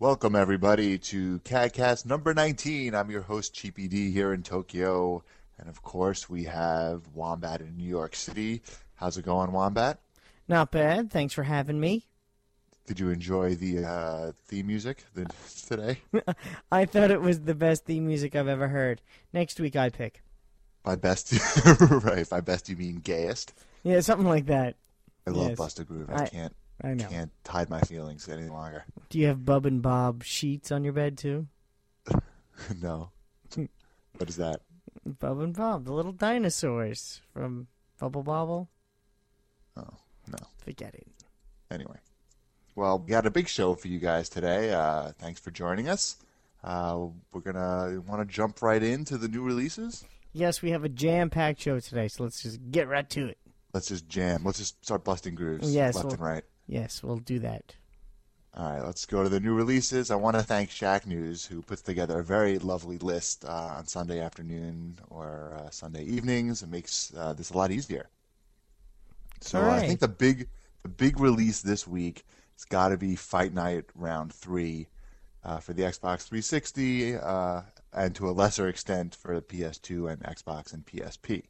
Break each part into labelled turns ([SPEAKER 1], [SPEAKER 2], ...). [SPEAKER 1] Welcome, everybody, to CADcast number 19. I'm your host, Cheapy D, here in Tokyo. And of course, we have Wombat in New York City. How's it going, Wombat?
[SPEAKER 2] Not bad. Thanks for having me.
[SPEAKER 1] Did you enjoy the uh, theme music th- today?
[SPEAKER 2] I thought it was the best theme music I've ever heard. Next week, I pick.
[SPEAKER 1] By best, right? By best, you mean gayest?
[SPEAKER 2] Yeah, something like that.
[SPEAKER 1] I love
[SPEAKER 2] Yes.
[SPEAKER 1] Busta Groove. I,
[SPEAKER 2] I-
[SPEAKER 1] can't,
[SPEAKER 2] I know.
[SPEAKER 1] can't hide my feelings any longer.
[SPEAKER 2] Do you have Bub and Bob sheets on your bed too?
[SPEAKER 1] no, what is that?
[SPEAKER 2] Bub and Bob, the little dinosaurs from Bubble Bobble.
[SPEAKER 1] Oh no.
[SPEAKER 2] Forget it.
[SPEAKER 1] anyway. Well, we got a big show for you guys today. Uh, thanks for joining us. Uh, we're gonna want to jump right into the new releases.
[SPEAKER 2] Yes, we have a jam-packed show today, so let's just get right to it.
[SPEAKER 1] Let's just jam. Let's just start busting grooves
[SPEAKER 2] Yes,
[SPEAKER 1] left
[SPEAKER 2] well-
[SPEAKER 1] and right.
[SPEAKER 2] Yes, we'll do that.
[SPEAKER 1] All right, let's go to the new releases. I want to thank Shaq News, who puts together a very lovely list uh, on Sunday afternoon or uh, Sunday evenings. It makes uh, this a lot easier. So
[SPEAKER 2] All
[SPEAKER 1] I
[SPEAKER 2] right.
[SPEAKER 1] think the big, the big release this week has got to be Fight Night Round Three uh, for the Xbox 360, uh, and to a lesser extent for the PS2 and Xbox and PSP.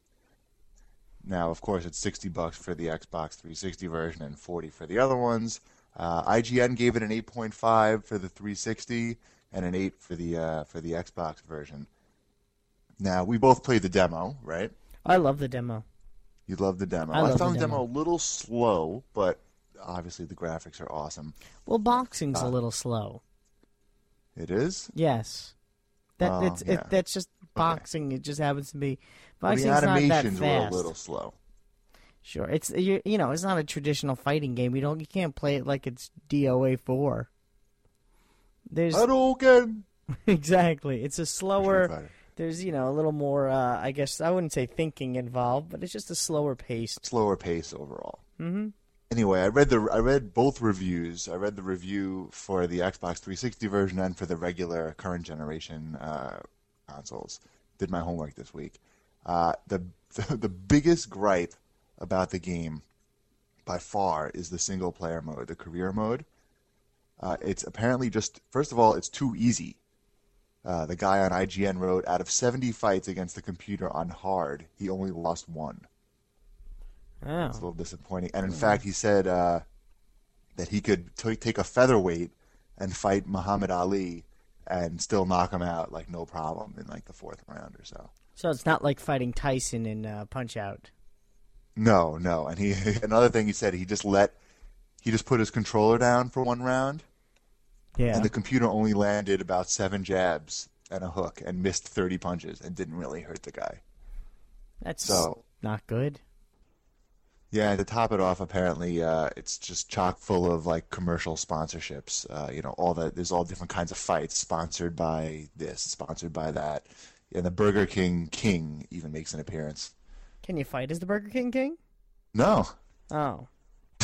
[SPEAKER 1] Now, of course, it's 60 bucks for the Xbox 360 version and 40 for the other ones. Uh, IGN gave it an 8.5 for the 360 and an 8 for the uh, for the Xbox version. Now, we both played the demo, right?
[SPEAKER 2] I love the demo.
[SPEAKER 1] You loved the demo.
[SPEAKER 2] I love the
[SPEAKER 1] found the demo.
[SPEAKER 2] demo.
[SPEAKER 1] a little slow, but obviously the graphics are awesome.
[SPEAKER 2] Well, boxing's
[SPEAKER 1] Ah.
[SPEAKER 2] a little slow.
[SPEAKER 1] It is.
[SPEAKER 2] Yes, that
[SPEAKER 1] Oh,
[SPEAKER 2] it's
[SPEAKER 1] yeah.
[SPEAKER 2] it, that's just boxing. It just happens to be boxing's
[SPEAKER 1] the
[SPEAKER 2] not that
[SPEAKER 1] animations
[SPEAKER 2] fast.
[SPEAKER 1] were a little slow.
[SPEAKER 2] Sure, it's you, you know it's not a traditional fighting game. You don't you can't play it like it's DOA four. There's
[SPEAKER 1] Hadouken!
[SPEAKER 2] exactly it's a
[SPEAKER 1] Street
[SPEAKER 2] slower.
[SPEAKER 1] Fighter.
[SPEAKER 2] There's you know a little more. Uh, I guess I wouldn't say thinking involved, but it's just a slower pace.
[SPEAKER 1] slower pace overall. Mm-hmm. Anyway, I read the I read both reviews. I read the review for the Xbox 360 version and for the regular current generation uh, consoles. Did my homework this week. Uh, the, the the biggest gripe about the game by far is the single player mode, the career mode. Uh, it's apparently just first of all, it's too easy. Uh, the guy on IGN wrote, out of 70 fights against the computer on hard, he only lost one. It's a
[SPEAKER 2] Oh,
[SPEAKER 1] little disappointing. And in fact, he said uh, that he could t- take a featherweight and fight Muhammad Ali and still knock him out like no problem in like the fourth round or so.
[SPEAKER 2] so it's not like fighting Tyson in uh, Punch Out.
[SPEAKER 1] No, no. And he another thing he said he just let he just put his controller down for one round
[SPEAKER 2] Yeah,
[SPEAKER 1] and the computer only landed about seven jabs and a hook and missed 30 punches and didn't really hurt the guy.
[SPEAKER 2] that's
[SPEAKER 1] So-
[SPEAKER 2] not good.
[SPEAKER 1] Yeah, and to top it off, apparently uh, it's just chock full of like commercial sponsorships. Uh, you know, all the there's all different kinds of fights sponsored by this, sponsored by that, and the Burger King King even makes an appearance.
[SPEAKER 2] Can you fight as the Burger King King?
[SPEAKER 1] No, Uh.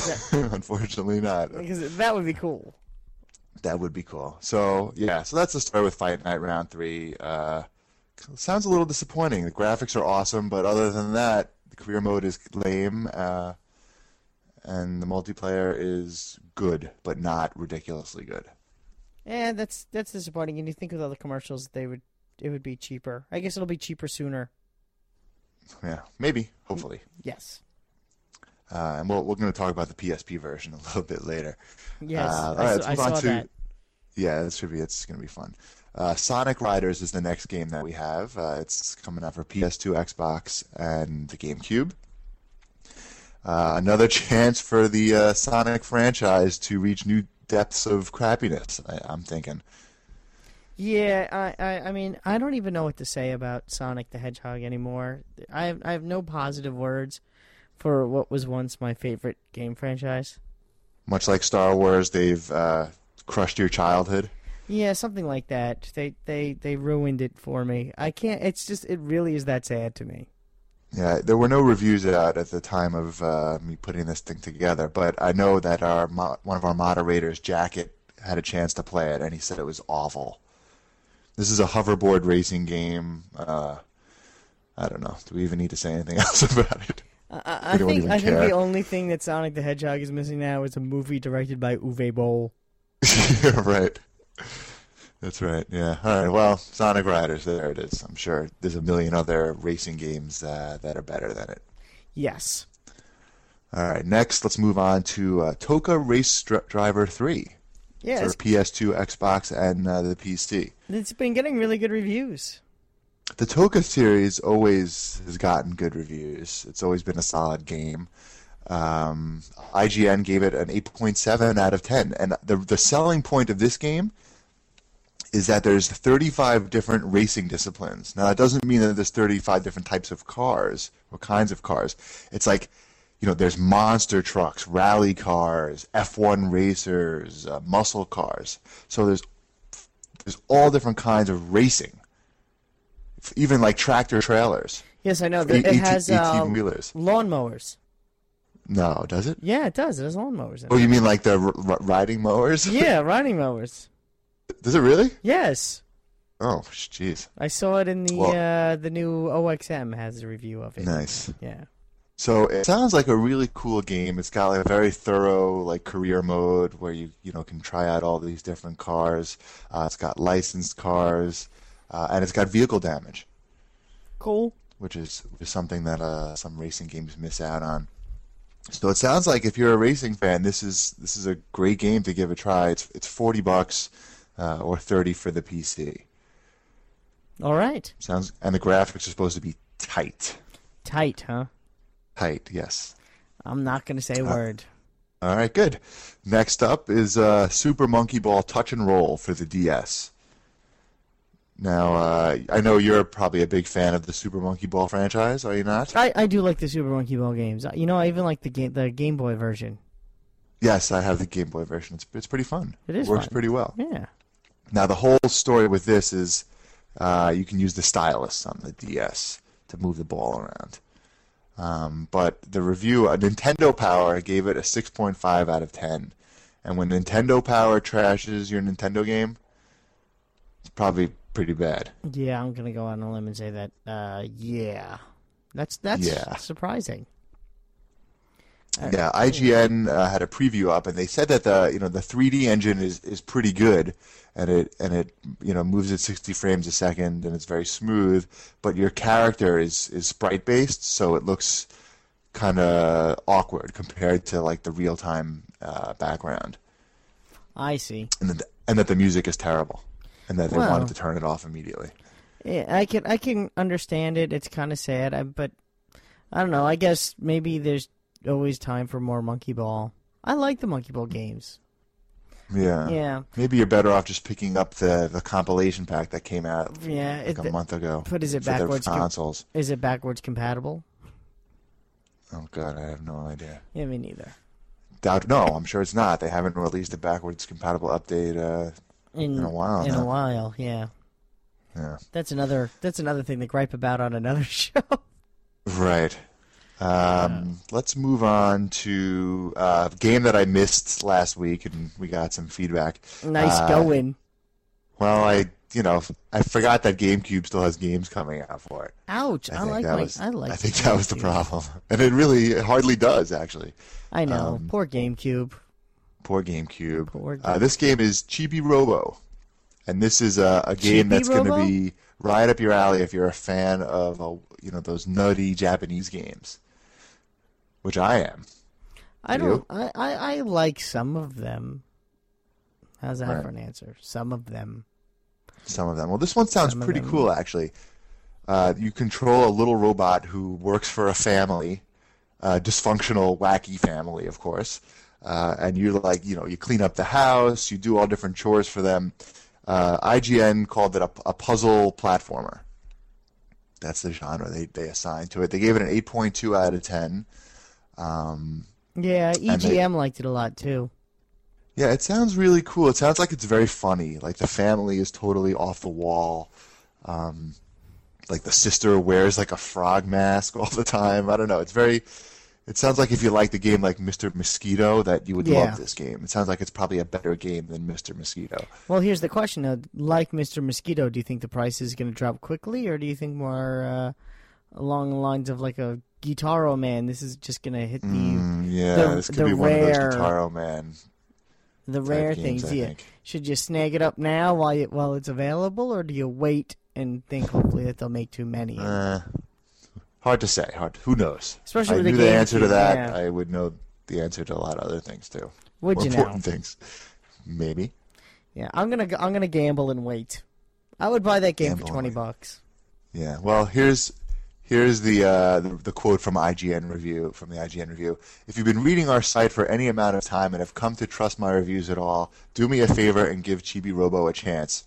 [SPEAKER 2] Oh,
[SPEAKER 1] unfortunately not.
[SPEAKER 2] because that would be cool.
[SPEAKER 1] That would be cool. So yeah, so that's the story with Fight Night Round Three. Uh, sounds a little disappointing. The graphics are awesome, but other than that, the career mode is lame, uh, and the multiplayer is good, but not ridiculously good.
[SPEAKER 2] Yeah, that's that's disappointing. And you think with all the commercials, they would it would be cheaper. I guess it'll be cheaper sooner.
[SPEAKER 1] Yeah, maybe, hopefully.
[SPEAKER 2] Yes.
[SPEAKER 1] Uh, and we'll, we're going to talk about the PSP version a little bit later.
[SPEAKER 2] Yes.
[SPEAKER 1] Uh, all
[SPEAKER 2] I,
[SPEAKER 1] right,
[SPEAKER 2] saw,
[SPEAKER 1] let's
[SPEAKER 2] I
[SPEAKER 1] move on
[SPEAKER 2] saw
[SPEAKER 1] to-
[SPEAKER 2] that.
[SPEAKER 1] Yeah, this should be it's going to be fun. Uh, Sonic Riders is the next game that we have. Uh, it's coming out for PS2, Xbox, and the GameCube. Uh, another chance for the uh, Sonic franchise to reach new depths of crappiness. I, I'm thinking.
[SPEAKER 2] Yeah, I, I I mean I don't even know what to say about Sonic the Hedgehog anymore. I have, I have no positive words for what was once my favorite game franchise.
[SPEAKER 1] Much like Star Wars, they've uh, crushed your childhood.
[SPEAKER 2] Yeah, something like that. They they they ruined it for me. I can't. It's just it really is that sad to me.
[SPEAKER 1] Yeah, there were no reviews out at the time of uh, me putting this thing together, but I know that our mo- one of our moderators, Jacket, had a chance to play it, and he said it was awful. This is a hoverboard racing game. Uh, I don't know. Do we even need to say anything else about it?
[SPEAKER 2] I, I
[SPEAKER 1] We don't
[SPEAKER 2] think
[SPEAKER 1] even
[SPEAKER 2] I think
[SPEAKER 1] care.
[SPEAKER 2] the only thing that Sonic the Hedgehog is missing now is a movie directed by Uwe Boll.
[SPEAKER 1] yeah, right. That's right. Yeah. All right. Well, Sonic Riders. There it is. I'm sure there's a million other racing games uh, that are better than it.
[SPEAKER 2] Yes.
[SPEAKER 1] All right. Next, let's move on to uh, Toka Race Dri- Driver Three
[SPEAKER 2] Yeah,
[SPEAKER 1] for
[SPEAKER 2] it's,
[SPEAKER 1] PS2, Xbox, and uh, the PC.
[SPEAKER 2] it's been getting really good reviews.
[SPEAKER 1] The Toka series always has gotten good reviews. It's always been a solid game. Um, IGN gave it an 8.7 out of 10. And the, the selling point of this game is that there's 35 different racing disciplines. Now, that doesn't mean that there's 35 different types of cars or kinds of cars. It's like, you know, there's monster trucks, rally cars, F1 racers, uh, muscle cars. So there's there's all different kinds of racing, even like tractor trailers.
[SPEAKER 2] Yes, I know.
[SPEAKER 1] E-
[SPEAKER 2] It, it
[SPEAKER 1] eighteen-
[SPEAKER 2] has uh,
[SPEAKER 1] 18 wheelers.
[SPEAKER 2] lawnmowers.
[SPEAKER 1] No, does it?
[SPEAKER 2] Yeah, it does. It has lawnmowers in
[SPEAKER 1] Oh,
[SPEAKER 2] it.
[SPEAKER 1] you mean like the r- r- riding mowers?
[SPEAKER 2] yeah, riding mowers.
[SPEAKER 1] Does it really?
[SPEAKER 2] Yes,
[SPEAKER 1] Oh, sh- jeez.
[SPEAKER 2] I saw it in the
[SPEAKER 1] Well-
[SPEAKER 2] uh, the new OXM has a review of it.
[SPEAKER 1] Nice.
[SPEAKER 2] Yeah.
[SPEAKER 1] So it sounds like a really cool game. It's got like a very thorough like career mode where you you know can try out all these different cars. Uh, it's got licensed cars, uh, and it's got vehicle damage,
[SPEAKER 2] Cool.
[SPEAKER 1] which is, is something that uh, some racing games miss out on. So it sounds like if you're a racing fan, this is this is a great game to give a try. It's it's forty bucks uh, or thirty for the PC.
[SPEAKER 2] All right.
[SPEAKER 1] Sounds and the graphics are supposed to be tight,
[SPEAKER 2] Tight, huh?
[SPEAKER 1] tight. Yes.
[SPEAKER 2] I'm not gonna say a word.
[SPEAKER 1] All right, good. Next up is uh, Super Monkey Ball Touch and Roll for the DS. Now, uh, I know you're probably a big fan of the Super Monkey Ball franchise, are you not?
[SPEAKER 2] I, I do like the Super Monkey Ball games. You know, I even like the game the Game Boy version.
[SPEAKER 1] Yes, I have the Game Boy version. It's, it's pretty fun.
[SPEAKER 2] It is
[SPEAKER 1] works
[SPEAKER 2] fun.
[SPEAKER 1] pretty well.
[SPEAKER 2] Yeah.
[SPEAKER 1] Now, the whole story with this is uh, you can use the stylus on the DS to move the ball around. Um, but the review, uh, Nintendo Power gave it a 6.5 out of 10. And when Nintendo Power trashes your Nintendo game, it's probably pretty bad.
[SPEAKER 2] Yeah, I'm gonna go out on a limb and say that. Uh, yeah, that's that's
[SPEAKER 1] Yeah.
[SPEAKER 2] surprising.
[SPEAKER 1] Yeah, IGN uh, had a preview up, and they said that the you know the 3D engine is, is pretty good, and it and it you know moves at 60 frames a second, and it's very smooth. But your character is is sprite based, so it looks kind of awkward compared to like the real time uh, background,
[SPEAKER 2] I see.
[SPEAKER 1] and that and that the music is terrible, and that they
[SPEAKER 2] Well.
[SPEAKER 1] wanted to turn it off immediately.
[SPEAKER 2] Yeah, I can I can understand it. It's kind of sad, I, but I don't know. I guess maybe there's always time for more Monkey Ball. I like the Monkey Ball games.
[SPEAKER 1] Yeah.
[SPEAKER 2] Yeah,
[SPEAKER 1] Maybe you're better off just picking up the, the compilation pack that came out
[SPEAKER 2] yeah.
[SPEAKER 1] like
[SPEAKER 2] It,
[SPEAKER 1] a month ago.
[SPEAKER 2] but is it
[SPEAKER 1] for their
[SPEAKER 2] backwards com-
[SPEAKER 1] consoles?
[SPEAKER 2] is it backwards compatible?
[SPEAKER 1] Oh god, I have no idea.
[SPEAKER 2] Yeah, me neither.
[SPEAKER 1] Doubt no, I'm sure it's not. They haven't released a backwards compatible update. Uh,
[SPEAKER 2] In,
[SPEAKER 1] In a while,
[SPEAKER 2] In a
[SPEAKER 1] huh?
[SPEAKER 2] while, yeah.
[SPEAKER 1] yeah,
[SPEAKER 2] That's another. That's another thing to gripe about on another show.
[SPEAKER 1] right. Um, Let's move on to uh, a game that I missed last week, and we got some feedback.
[SPEAKER 2] nice
[SPEAKER 1] Uh,
[SPEAKER 2] going.
[SPEAKER 1] Well, I you know I forgot that GameCube still has games coming out for it.
[SPEAKER 2] Ouch! I,
[SPEAKER 1] think
[SPEAKER 2] like
[SPEAKER 1] that
[SPEAKER 2] my.
[SPEAKER 1] was
[SPEAKER 2] I like.
[SPEAKER 1] I think that was the problem, and it really it hardly does actually.
[SPEAKER 2] I know.
[SPEAKER 1] Um,
[SPEAKER 2] Poor GameCube.
[SPEAKER 1] Poor GameCube.
[SPEAKER 2] Poor
[SPEAKER 1] Uh, this game is Chibi Robo, and this is a, a game
[SPEAKER 2] Chibi
[SPEAKER 1] that's going
[SPEAKER 2] Robo?
[SPEAKER 1] to be right up your alley if you're a fan of uh you know those nutty Japanese games, which I am.
[SPEAKER 2] I
[SPEAKER 1] You?
[SPEAKER 2] don't. I, I, I like some of them. How's that
[SPEAKER 1] Right.
[SPEAKER 2] for an answer? Some of them.
[SPEAKER 1] Some of them. Well, this one sounds
[SPEAKER 2] Some of
[SPEAKER 1] pretty
[SPEAKER 2] them.
[SPEAKER 1] cool actually. Uh, you control a little robot who works for a family, a dysfunctional, wacky family, of course. Uh, and you like, you know, you clean up the house, you do all different chores for them. Uh, IGN called it a, a puzzle platformer. That's the genre they, they assigned to it. They gave it an 8.2 out of 10.
[SPEAKER 2] Yeah, E
[SPEAKER 1] they-
[SPEAKER 2] EGM liked it a lot too.
[SPEAKER 1] Yeah, it sounds really cool. It sounds like it's very funny. Like the family is totally off the wall. Um, like the sister wears like a frog mask all the time. I don't know. It's very. It sounds like if you like the game like Mr. Mosquito, that you would
[SPEAKER 2] Yeah.
[SPEAKER 1] love this game. It sounds like it's probably a better game than Mr. Mosquito.
[SPEAKER 2] Well, here's the question: though. Like Mr. Mosquito, do you think the price is going to drop quickly, or do you think more uh, along the lines of like a Guitaro Man? This is just going to hit the
[SPEAKER 1] Mm, yeah,
[SPEAKER 2] the-
[SPEAKER 1] this could
[SPEAKER 2] the
[SPEAKER 1] be one of those
[SPEAKER 2] rare-
[SPEAKER 1] Guitaro Man.
[SPEAKER 2] the rare
[SPEAKER 1] games,
[SPEAKER 2] things.
[SPEAKER 1] I
[SPEAKER 2] yeah,
[SPEAKER 1] think.
[SPEAKER 2] should you snag it up now while you, while it's available, or do you wait and think hopefully that they'll make too many?
[SPEAKER 1] Uh, hard to say. Hard. Who knows?
[SPEAKER 2] Especially
[SPEAKER 1] I
[SPEAKER 2] with
[SPEAKER 1] knew
[SPEAKER 2] the
[SPEAKER 1] the answer to
[SPEAKER 2] GameCube,
[SPEAKER 1] that.
[SPEAKER 2] yeah.
[SPEAKER 1] I would know the answer to a lot of other things too.
[SPEAKER 2] Would
[SPEAKER 1] More
[SPEAKER 2] you know?
[SPEAKER 1] important things. Maybe.
[SPEAKER 2] Yeah, I'm gonna g- I'm gonna gamble and wait. I would buy that game
[SPEAKER 1] Gamble
[SPEAKER 2] for
[SPEAKER 1] and
[SPEAKER 2] twenty
[SPEAKER 1] wait.
[SPEAKER 2] bucks.
[SPEAKER 1] Yeah. Well, here's here's the, uh, the the quote from IGN review from the IGN review. If you've been reading our site for any amount of time and have come to trust my reviews at all, do me a favor and give Chibi Robo a chance.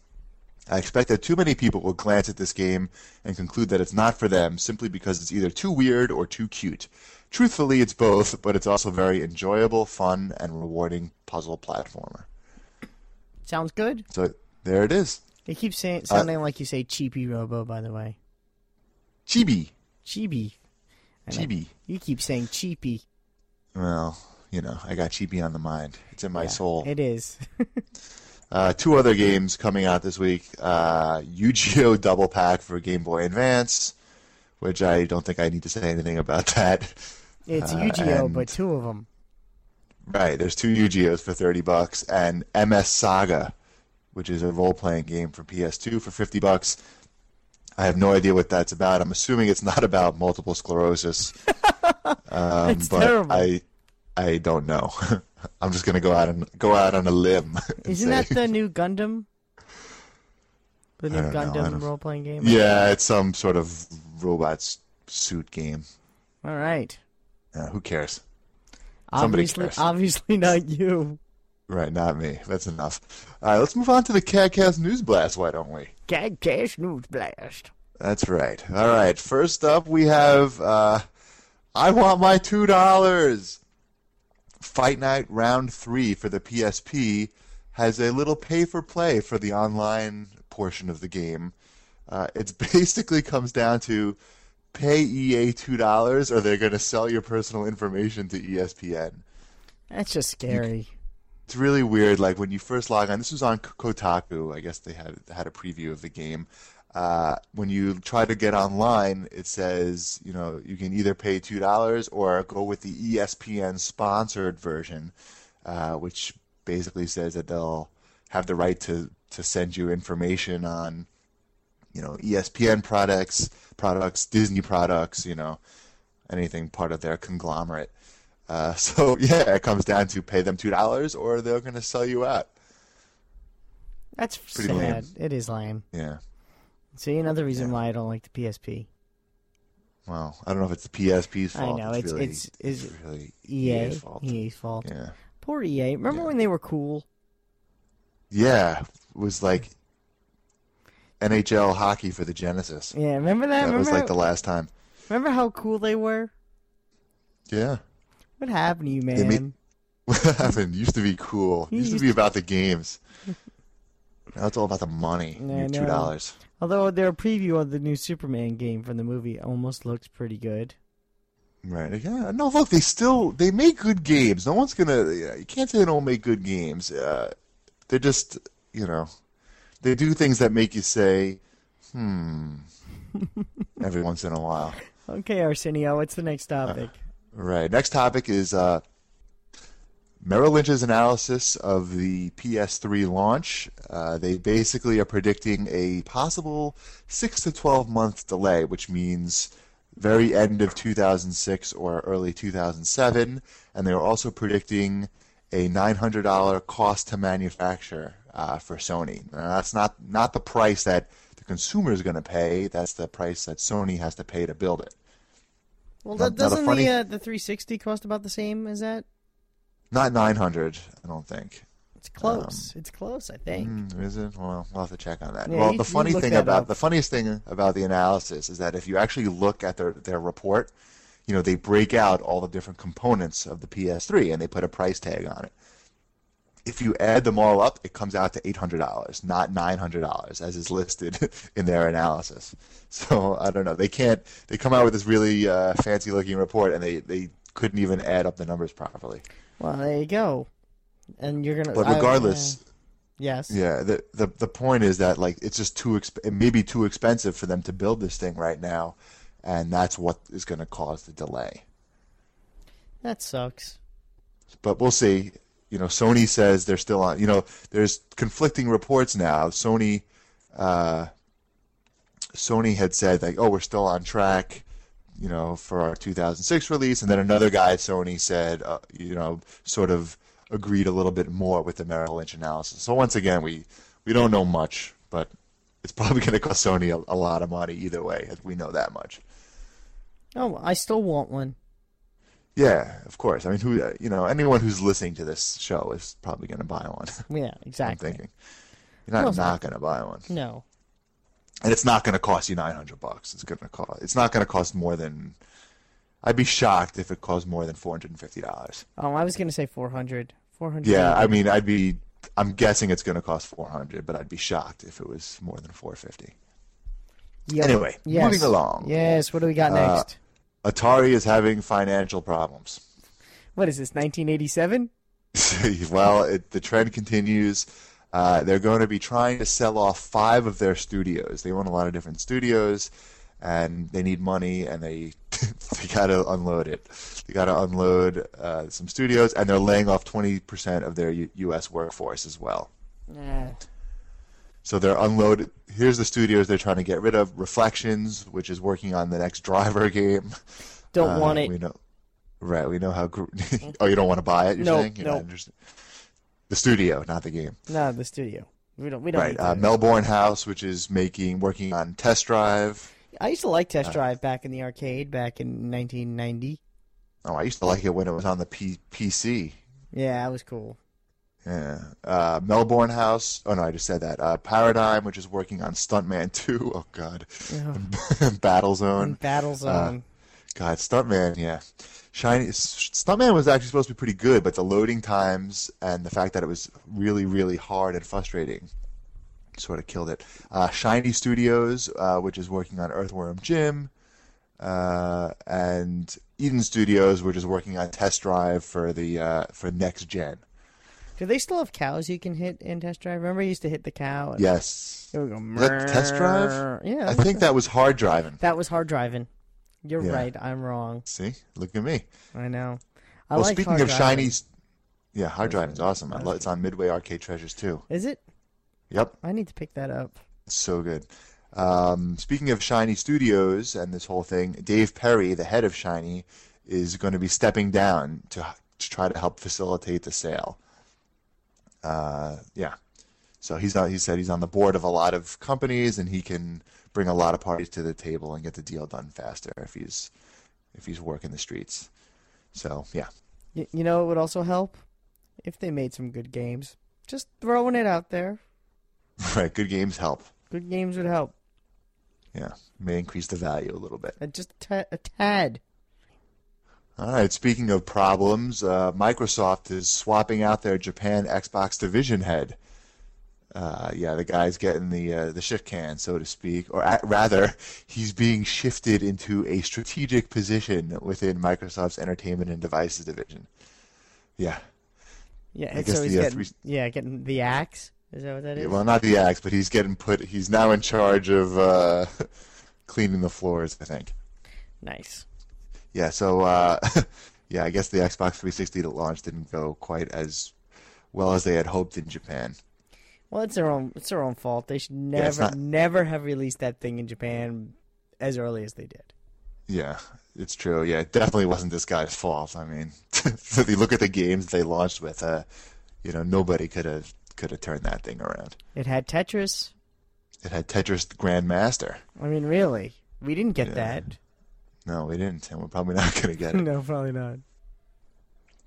[SPEAKER 1] I expect that too many people will glance at this game and conclude that it's not for them simply because it's either too weird or too cute. Truthfully, it's both, but it's also very enjoyable, fun, and rewarding puzzle platformer.
[SPEAKER 2] Sounds good.
[SPEAKER 1] So there it is.
[SPEAKER 2] It keeps
[SPEAKER 1] Uh,
[SPEAKER 2] saying, sounding like you say cheapy robo. By the way,
[SPEAKER 1] Chibi.
[SPEAKER 2] chibi. I know.
[SPEAKER 1] Chibi.
[SPEAKER 2] You keep saying cheapy.
[SPEAKER 1] Well, you know, I got Chibi on the mind. It's in my
[SPEAKER 2] Yeah,
[SPEAKER 1] soul.
[SPEAKER 2] It is.
[SPEAKER 1] Uh, two other games coming out this week: uh, Yu-Gi-Oh! Double Pack for Game Boy Advance, which I don't think I need to say anything about that.
[SPEAKER 2] It's
[SPEAKER 1] Uh,
[SPEAKER 2] Yu-Gi-Oh,
[SPEAKER 1] and-
[SPEAKER 2] but two of them.
[SPEAKER 1] Right, there's two Yu-Gi-Ohs for thirty bucks, and MS Saga, which is a role-playing game for PS2 for fifty bucks. I have no idea what that's about. I'm assuming it's not about multiple sclerosis. um,
[SPEAKER 2] It's
[SPEAKER 1] but
[SPEAKER 2] terrible.
[SPEAKER 1] I, I don't know. I'm just gonna go out and go out on a limb. and
[SPEAKER 2] Isn't
[SPEAKER 1] say-
[SPEAKER 2] that the new Gundam? The new
[SPEAKER 1] I don't know, I
[SPEAKER 2] Gundam
[SPEAKER 1] don't-
[SPEAKER 2] role-playing game.
[SPEAKER 1] Yeah, it's some sort of robot s- suit game.
[SPEAKER 2] All right.
[SPEAKER 1] Uh, who cares? Somebody
[SPEAKER 2] Obviously,
[SPEAKER 1] cares.
[SPEAKER 2] obviously not you.
[SPEAKER 1] Right, not me. That's enough. All right, let's move on to the CADcast News Blast, why don't we?
[SPEAKER 2] Gag Cash News Blast.
[SPEAKER 1] That's right. All right, first up we have uh, I Want My $2. Fight Night Round 3 for the PSP has a little pay for play for the online portion of the game. Uh, it basically comes down to pay E EA $2 or they're going to sell your personal information to E ESPN.
[SPEAKER 2] That's just scary.
[SPEAKER 1] it's really weird. Like when you first log on, this was on K- Kotaku. I guess they had had a preview of the game. Uh, when you try to get online, it says you know you can either pay two dollars or go with the E ESPN sponsored version, uh, which basically says that they'll have the right to to send you information on you know E ESPN products, products, Disney products, you know anything part of their conglomerate. Uh, so yeah, it comes down to pay them two dollars or they're going to sell you out.
[SPEAKER 2] That's
[SPEAKER 1] pretty
[SPEAKER 2] sad.
[SPEAKER 1] lame.
[SPEAKER 2] It is lame.
[SPEAKER 1] Yeah.
[SPEAKER 2] See, another reason
[SPEAKER 1] Yeah.
[SPEAKER 2] why I don't like the PSP.
[SPEAKER 1] Well, I don't know if it's the PSP's
[SPEAKER 2] I
[SPEAKER 1] fault.
[SPEAKER 2] know, it's-
[SPEAKER 1] really,
[SPEAKER 2] it's- E it's
[SPEAKER 1] really
[SPEAKER 2] EA.
[SPEAKER 1] EA's E fault.
[SPEAKER 2] EA's fault.
[SPEAKER 1] Yeah.
[SPEAKER 2] Poor EA. Remember
[SPEAKER 1] Yeah.
[SPEAKER 2] when they were cool?
[SPEAKER 1] Yeah, it was like NHL hockey for the Genesis.
[SPEAKER 2] Yeah, remember that?
[SPEAKER 1] That
[SPEAKER 2] remember,
[SPEAKER 1] was like
[SPEAKER 2] how,
[SPEAKER 1] the last time.
[SPEAKER 2] remember how cool they were?
[SPEAKER 1] Yeah.
[SPEAKER 2] What happened to you,
[SPEAKER 1] They
[SPEAKER 2] man?
[SPEAKER 1] made- What happened? Used to be cool.
[SPEAKER 2] You
[SPEAKER 1] Used,
[SPEAKER 2] used
[SPEAKER 1] to be about the games. Now it's all about the money.
[SPEAKER 2] Yeah, I
[SPEAKER 1] Your two
[SPEAKER 2] know.
[SPEAKER 1] dollars.
[SPEAKER 2] Although their preview of the new Superman game from the movie almost looked pretty good.
[SPEAKER 1] Right. Yeah. No, look, they still they make good games. No one's gonna. You can't say they don't make good games. Uh, they're just you know, they do things that make you say, hmm, every once in a while.
[SPEAKER 2] Okay, Arsenio, what's the next topic?
[SPEAKER 1] Right. Next topic is uh, Merrill Lynch's analysis of the PS3 launch. Uh, they basically are predicting a possible six to twelve month delay, which means very end of 2006 or early 2007, and they are also predicting a $900 cost to manufacture uh, for Sony. Now, that's not not the price that the consumer is going to pay. That's the price that Sony has to pay to build it.
[SPEAKER 2] well,
[SPEAKER 1] not-
[SPEAKER 2] that,
[SPEAKER 1] not a
[SPEAKER 2] doesn't
[SPEAKER 1] funny-
[SPEAKER 2] the uh, the 360 cost about the same as that?
[SPEAKER 1] Not 900, I don't think.
[SPEAKER 2] It's
[SPEAKER 1] Um,
[SPEAKER 2] close. it's close, I think.
[SPEAKER 1] Mm, is it? Well, we'll have to check on that.
[SPEAKER 2] Yeah,
[SPEAKER 1] well,
[SPEAKER 2] you-
[SPEAKER 1] the
[SPEAKER 2] you
[SPEAKER 1] funny
[SPEAKER 2] look
[SPEAKER 1] thing
[SPEAKER 2] that
[SPEAKER 1] about
[SPEAKER 2] up.
[SPEAKER 1] the funniest thing about the analysis is that if you actually look at their their report, you know they break out all the different components of the PS3 and they put a price tag on it. if you add them all up, it comes out to eight hundred dollars, not nine hundred dollars, as is listed in their analysis. So I don't know. They can't. They come out with this really uh, fancy looking report, and they they couldn't even add up the numbers properly.
[SPEAKER 2] Well, there you go. And you're gonna.
[SPEAKER 1] But
[SPEAKER 2] I- uh,
[SPEAKER 1] regardless,
[SPEAKER 2] yes.
[SPEAKER 1] yeah, the, the the point is that like it's just too exp- it may be too expensive for them to build this thing right now, and that's what is going to cause the delay.
[SPEAKER 2] That sucks.
[SPEAKER 1] But we'll see. You know, Sony says they're still on. You know, there's conflicting reports now. Sony, uh, Sony had said like, oh, we're still on track. You know, for our 2006 release, and then another guy at Sony said, uh, you know, sort of agreed a little bit more with the Merrill Lynch analysis. So once again, we we don't know much, but it's probably going to cost Sony a, a lot of money either way. We know that much.
[SPEAKER 2] Oh, I still want one.
[SPEAKER 1] Yeah, of course. I mean, who you know, anyone who's listening to this show is probably going to buy one.
[SPEAKER 2] Yeah,
[SPEAKER 1] I'm
[SPEAKER 2] exactly.
[SPEAKER 1] thinking you're not
[SPEAKER 2] Most
[SPEAKER 1] not going to buy one,
[SPEAKER 2] No.
[SPEAKER 1] and it's not going to cost you 900 bucks. It's going to cost. It's not going to cost more than. I'd be shocked if it cost more than 450 dollars.
[SPEAKER 2] Oh, I was gonna say 400. 400.
[SPEAKER 1] Yeah, I mean, I'd be. I'm guessing it's going to cost 400, but I'd be shocked if it was more than 450.
[SPEAKER 2] Yep.
[SPEAKER 1] Anyway,
[SPEAKER 2] Yes.
[SPEAKER 1] moving along.
[SPEAKER 2] Yes. What do we got
[SPEAKER 1] Uh,
[SPEAKER 2] next?
[SPEAKER 1] Atari is having financial problems.
[SPEAKER 2] What is this? 1987?
[SPEAKER 1] well, it, the trend continues. Uh, they're going to be trying to sell off five of their studios. They own a lot of different studios, and they need money, and they they got to unload it. They got to unload uh, some studios, and they're laying off twenty percent of their U- U.S. workforce as well.
[SPEAKER 2] Nah.
[SPEAKER 1] So they're unloaded. Here's the studios they're trying to get rid of: Reflections, which is working on the next Driver game.
[SPEAKER 2] Don't
[SPEAKER 1] Uh,
[SPEAKER 2] want it.
[SPEAKER 1] We know, right? We know how. gr- oh, you don't want to buy it. You're
[SPEAKER 2] No,
[SPEAKER 1] saying? You're not
[SPEAKER 2] no.
[SPEAKER 1] interested- The studio, not the game.
[SPEAKER 2] No, the studio. We don't. We don't.
[SPEAKER 1] Right.
[SPEAKER 2] need
[SPEAKER 1] Uh,
[SPEAKER 2] that.
[SPEAKER 1] Melbourne House, which is making working on Test Drive.
[SPEAKER 2] I used to like Test
[SPEAKER 1] Uh.
[SPEAKER 2] Drive back in the arcade back in 1990.
[SPEAKER 1] Oh, I used to like it when it was on the P- PC.
[SPEAKER 2] Yeah, that was cool.
[SPEAKER 1] Yeah. Uh, Melbourne House. Oh no, I just said that. Uh, Paradigm, which is working on Stuntman Two. Oh God. Battle Zone.
[SPEAKER 2] And Battle Zone.
[SPEAKER 1] God, Stuntman, yeah. Shiny Stuntman was actually supposed to be pretty good, but the loading times and the fact that it was really, really hard and frustrating sort of killed it. Uh, Shiny Studios, uh, which is working on Earthworm Jim, uh, and Eden Studios, which is working on Test Drive for the uh, for next gen.
[SPEAKER 2] Do they still have cows you can hit in Test Drive? Remember, you used to hit the cow. And
[SPEAKER 1] Yes,
[SPEAKER 2] It would go.
[SPEAKER 1] Is that Test Drive?
[SPEAKER 2] "Mrrr." Yeah.
[SPEAKER 1] I think that was hard driving.
[SPEAKER 2] that was hard driving. You're
[SPEAKER 1] Yeah.
[SPEAKER 2] right. I'm wrong.
[SPEAKER 1] See, look at me.
[SPEAKER 2] I know. I
[SPEAKER 1] well,
[SPEAKER 2] like
[SPEAKER 1] speaking
[SPEAKER 2] hard
[SPEAKER 1] of
[SPEAKER 2] driving.
[SPEAKER 1] shiny, yeah, hard driving's awesome. I love, it's on Midway Arcade Treasures too.
[SPEAKER 2] Is it?
[SPEAKER 1] Yep.
[SPEAKER 2] I need to pick that up.
[SPEAKER 1] So good. Um, speaking of Shiny Studios and this whole thing, Dave Perry, the head of Shiny, is going to be stepping down to, to try to help facilitate the sale. Uh, yeah. So he's on, he said he's on the board of a lot of companies and he can bring a lot of parties to the table and get the deal done faster if he's if he's working the streets. So yeah.
[SPEAKER 2] Y- you know, it would also help if they made some good games. Just throwing it out there.
[SPEAKER 1] Right, good games help.
[SPEAKER 2] Good games would help.
[SPEAKER 1] Yeah. May increase the value a little bit.
[SPEAKER 2] Uh, Just a ta- a tad.
[SPEAKER 1] All right. Speaking of problems, uh, Microsoft is swapping out their Japan Xbox division head. Uh, yeah, the guy's getting the uh, the shit can, so to speak, or a rather, he's being shifted into a strategic position within Microsoft's Entertainment and Devices division. Yeah,
[SPEAKER 2] Yeah,
[SPEAKER 1] I
[SPEAKER 2] and
[SPEAKER 1] guess
[SPEAKER 2] so he's
[SPEAKER 1] the, uh,
[SPEAKER 2] getting
[SPEAKER 1] three-
[SPEAKER 2] yeah getting the axe. Is that what that is?
[SPEAKER 1] well, not the axe, but he's getting put. He's now in charge of uh, cleaning the floors, I think.
[SPEAKER 2] nice.
[SPEAKER 1] Yeah, so uh, yeah, I guess the Xbox 360 that launched didn't go quite as well as they had hoped in Japan.
[SPEAKER 2] Well, it's their own it's their own fault. They should
[SPEAKER 1] it's
[SPEAKER 2] never
[SPEAKER 1] not-
[SPEAKER 2] never have released that thing in Japan as early as they did.
[SPEAKER 1] Yeah, it's true. Yeah, it definitely wasn't this guy's fault. I mean, if you look at the games they launched with, uh, you know, nobody could have could have turned that thing around.
[SPEAKER 2] It had Tetris.
[SPEAKER 1] It had Tetris Grandmaster.
[SPEAKER 2] I mean, really, we didn't get that.
[SPEAKER 1] No, we didn't, and we're probably not going to get it.
[SPEAKER 2] no, probably not.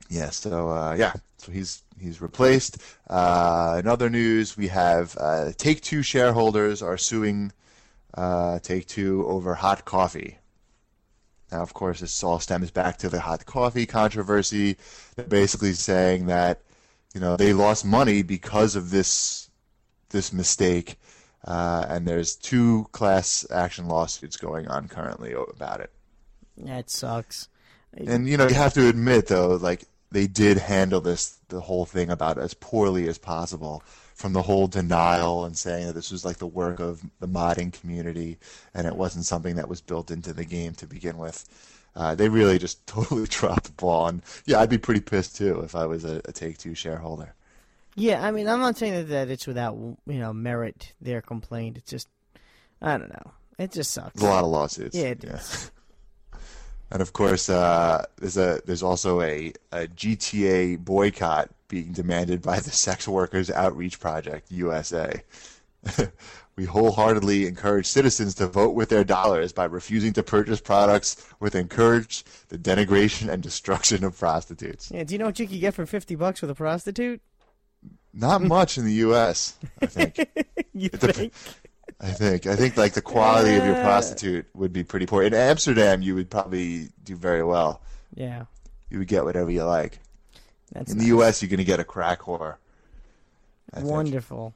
[SPEAKER 1] Yeah, so uh, yeah, so he's he's replaced. Uh, in other news, we have uh, Take Two shareholders are suing uh, Take Two over hot coffee. Now, of course, this all stems back to the hot coffee controversy. They're basically saying that you know they lost money because of this this mistake, uh, and there's two class action lawsuits going on currently about it.
[SPEAKER 2] That sucks.
[SPEAKER 1] And you know you have to admit though, like they did handle this the whole thing about as poorly as possible from the whole denial and saying that this was like the work of the modding community and it wasn't something that was built into the game to begin with. Uh, they really just totally dropped the ball, and yeah, I'd be pretty pissed too if I was a, a Take Two shareholder.
[SPEAKER 2] Yeah, I mean, I'm not saying that, that it's without you know merit their complaint. It's just, I don't know, it just sucks.
[SPEAKER 1] It's a lot of lawsuits.
[SPEAKER 2] Yeah, it does.
[SPEAKER 1] Yeah. and of course, uh, there's a there's also a, a GTA boycott being demanded by the Sex Workers Outreach Project USA. we wholeheartedly encourage citizens to vote with their dollars by refusing to purchase products which encourage the denigration and destruction of prostitutes.
[SPEAKER 2] Yeah, do you know what you could get for 50 bucks with a prostitute?
[SPEAKER 1] Not much in the U.S., I think.
[SPEAKER 2] you it think?
[SPEAKER 1] I think. I think, like, the quality yeah. of your prostitute would be pretty poor. In Amsterdam, you would probably do very well.
[SPEAKER 2] Yeah.
[SPEAKER 1] You would get whatever you like. That's in nice. the U.S., you're going to get a crack whore.
[SPEAKER 2] I Wonderful.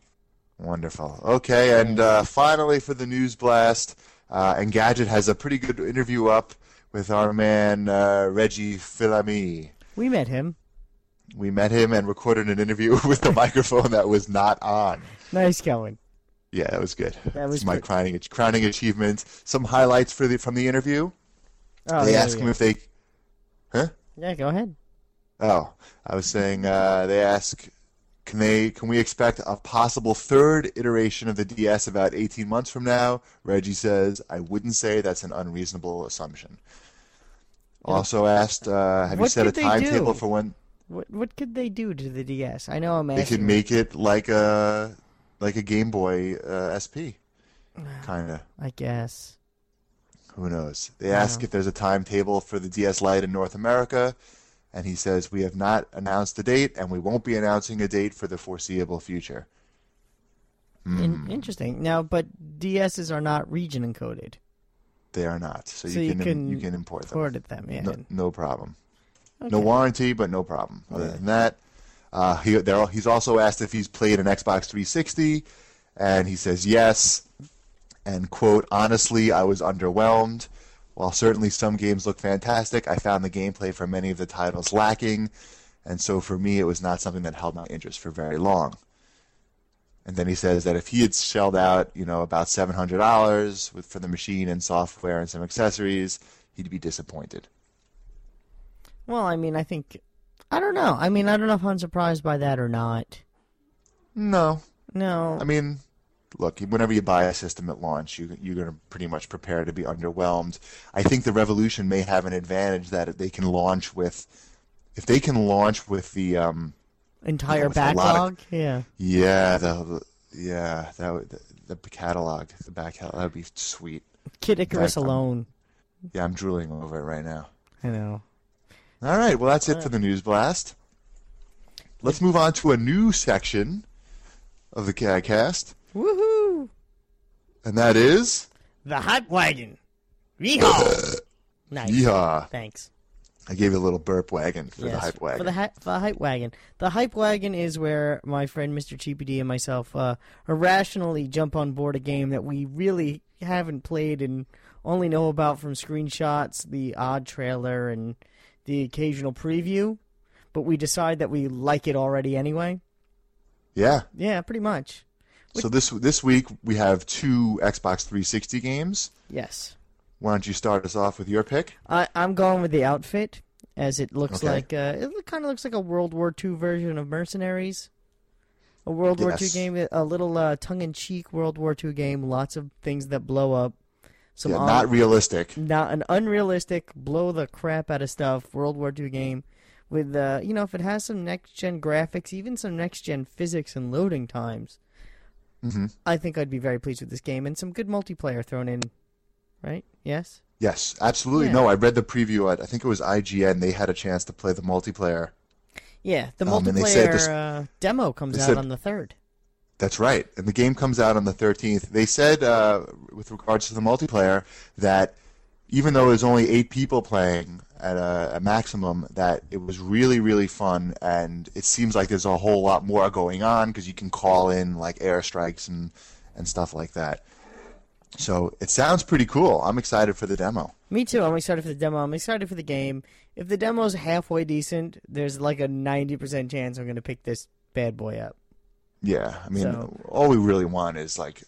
[SPEAKER 2] Think.
[SPEAKER 1] Wonderful. Okay, and uh, finally for the news blast, uh, Engadget has a pretty good interview up with our man uh, Reggie Filami.
[SPEAKER 2] We met him.
[SPEAKER 1] We met him and recorded an interview with the microphone that was not on.
[SPEAKER 2] Nice going.
[SPEAKER 1] Yeah, that was good.
[SPEAKER 2] That was
[SPEAKER 1] my crowning crowning achievement. Some highlights for the from the interview.
[SPEAKER 2] Oh,
[SPEAKER 1] they
[SPEAKER 2] yeah,
[SPEAKER 1] asked him if they, huh?
[SPEAKER 2] Yeah, go ahead.
[SPEAKER 1] Oh, I was saying uh, they ask can they can we expect a possible third iteration of the DS about 18 months from now? Reggie says, I wouldn't say that's an unreasonable assumption. Also asked, uh, have
[SPEAKER 2] what
[SPEAKER 1] you set a
[SPEAKER 2] could they
[SPEAKER 1] timetable
[SPEAKER 2] do?
[SPEAKER 1] for when
[SPEAKER 2] What what could they do to the DS? I know I'm
[SPEAKER 1] they could
[SPEAKER 2] asking.
[SPEAKER 1] make it like a like a Game Boy uh, SP, kind of.
[SPEAKER 2] I guess.
[SPEAKER 1] Who knows? They ask
[SPEAKER 2] Wow.
[SPEAKER 1] if there's a timetable for the DS Lite in North America, and he says we have not announced a date, and we won't be announcing a date for the foreseeable future. Hmm.
[SPEAKER 2] In- interesting. Now, but DSs are not region encoded.
[SPEAKER 1] They are not, so,
[SPEAKER 2] So
[SPEAKER 1] you
[SPEAKER 2] you
[SPEAKER 1] can,
[SPEAKER 2] can
[SPEAKER 1] you can import them.
[SPEAKER 2] Recorded them, yeah.
[SPEAKER 1] No, no problem.
[SPEAKER 2] Okay.
[SPEAKER 1] No warranty, but no problem. Other than that, uh, he, they're, all- he's also asked if he's played an Xbox 360, and he says yes. And quote, honestly, I was underwhelmed. While certainly some games look fantastic, I found the gameplay for many of the titles lacking, and so for me, it was not something that held my interest for very long. And then he says that if he had shelled out, you know, about seven hundred dollars for the machine and software and some accessories, he'd be disappointed.
[SPEAKER 2] Well, I mean, I think, I don't know. I mean, I don't know if I'm surprised by that or not.
[SPEAKER 1] No,
[SPEAKER 2] No,
[SPEAKER 1] I mean, look, whenever you buy a system at launch, you, you're going to pretty much prepare to be underwhelmed. I think the Revolution may have an advantage that they can launch with, if they can launch with the, um,
[SPEAKER 2] entire
[SPEAKER 1] you know, with a lot of-
[SPEAKER 2] backlog. Yeah,
[SPEAKER 1] yeah, the, the yeah, that would, the, the catalog, the back catalog, that would be sweet.
[SPEAKER 2] Kid Icarus
[SPEAKER 1] I'm-
[SPEAKER 2] alone.
[SPEAKER 1] Yeah, I'm drooling over it right now.
[SPEAKER 2] I know.
[SPEAKER 1] All right, well, that's it for the news blast. Let's move on to a new section of the CADcast,
[SPEAKER 2] Woohoo!
[SPEAKER 1] and that is
[SPEAKER 2] The hot wagon. Yeehaw! nice.
[SPEAKER 1] Yeehaw.
[SPEAKER 2] Thanks.
[SPEAKER 1] I gave you a little burp wagon for the
[SPEAKER 2] Yes,
[SPEAKER 1] hype wagon.
[SPEAKER 2] For the, hy- for the hype wagon. The hype wagon is where my friend Mr. GPD and myself uh, irrationally jump on board a game that we really haven't played and only know about from screenshots, the odd trailer, and the occasional preview, but we decide that we like it already anyway.
[SPEAKER 1] yeah.
[SPEAKER 2] Yeah, pretty much.
[SPEAKER 1] So this this week we have two Xbox 360 games.
[SPEAKER 2] Yes.
[SPEAKER 1] Why don't you start us off with your pick?
[SPEAKER 2] I, I'm going with the outfit, as it looks
[SPEAKER 1] Okay.
[SPEAKER 2] like. Uh, it kind of looks like a World War II version of Mercenaries. A World War II
[SPEAKER 1] Yes.
[SPEAKER 2] game, a little uh, tongue-in-cheek World War II game. Lots of things that blow up. Some
[SPEAKER 1] Yeah,
[SPEAKER 2] un-
[SPEAKER 1] not realistic.
[SPEAKER 2] not an unrealistic blow the crap out of stuff World War II game. With uh, you know, if it has some next-gen graphics, even some next-gen physics and loading times,
[SPEAKER 1] Mm-hmm.
[SPEAKER 2] I think I'd be very pleased with this game and some good multiplayer thrown in. Right? Yes.
[SPEAKER 1] Yes, absolutely.
[SPEAKER 2] Yeah.
[SPEAKER 1] No, I read the preview. At, I think it was IGN. They had a chance to play the multiplayer.
[SPEAKER 2] Yeah, the
[SPEAKER 1] Um, and they
[SPEAKER 2] multiplayer
[SPEAKER 1] said this-
[SPEAKER 2] uh, demo comes
[SPEAKER 1] they
[SPEAKER 2] out
[SPEAKER 1] said-
[SPEAKER 2] on the third.
[SPEAKER 1] That's right. And the game comes out on the 13th. They said, uh, with regards to the multiplayer, that even though it was only eight people playing at a, a maximum, that it was really, really fun. And it seems like there's a whole lot more going on because you can call in like airstrikes and, and stuff like that. So it sounds pretty cool. I'm excited for the demo.
[SPEAKER 2] Me too. I'm excited for the demo. I'm excited for the game. If the demo's halfway decent, there's like a 90% chance I'm going to pick this bad boy up.
[SPEAKER 1] Yeah, I mean,
[SPEAKER 2] So-
[SPEAKER 1] all we really want is like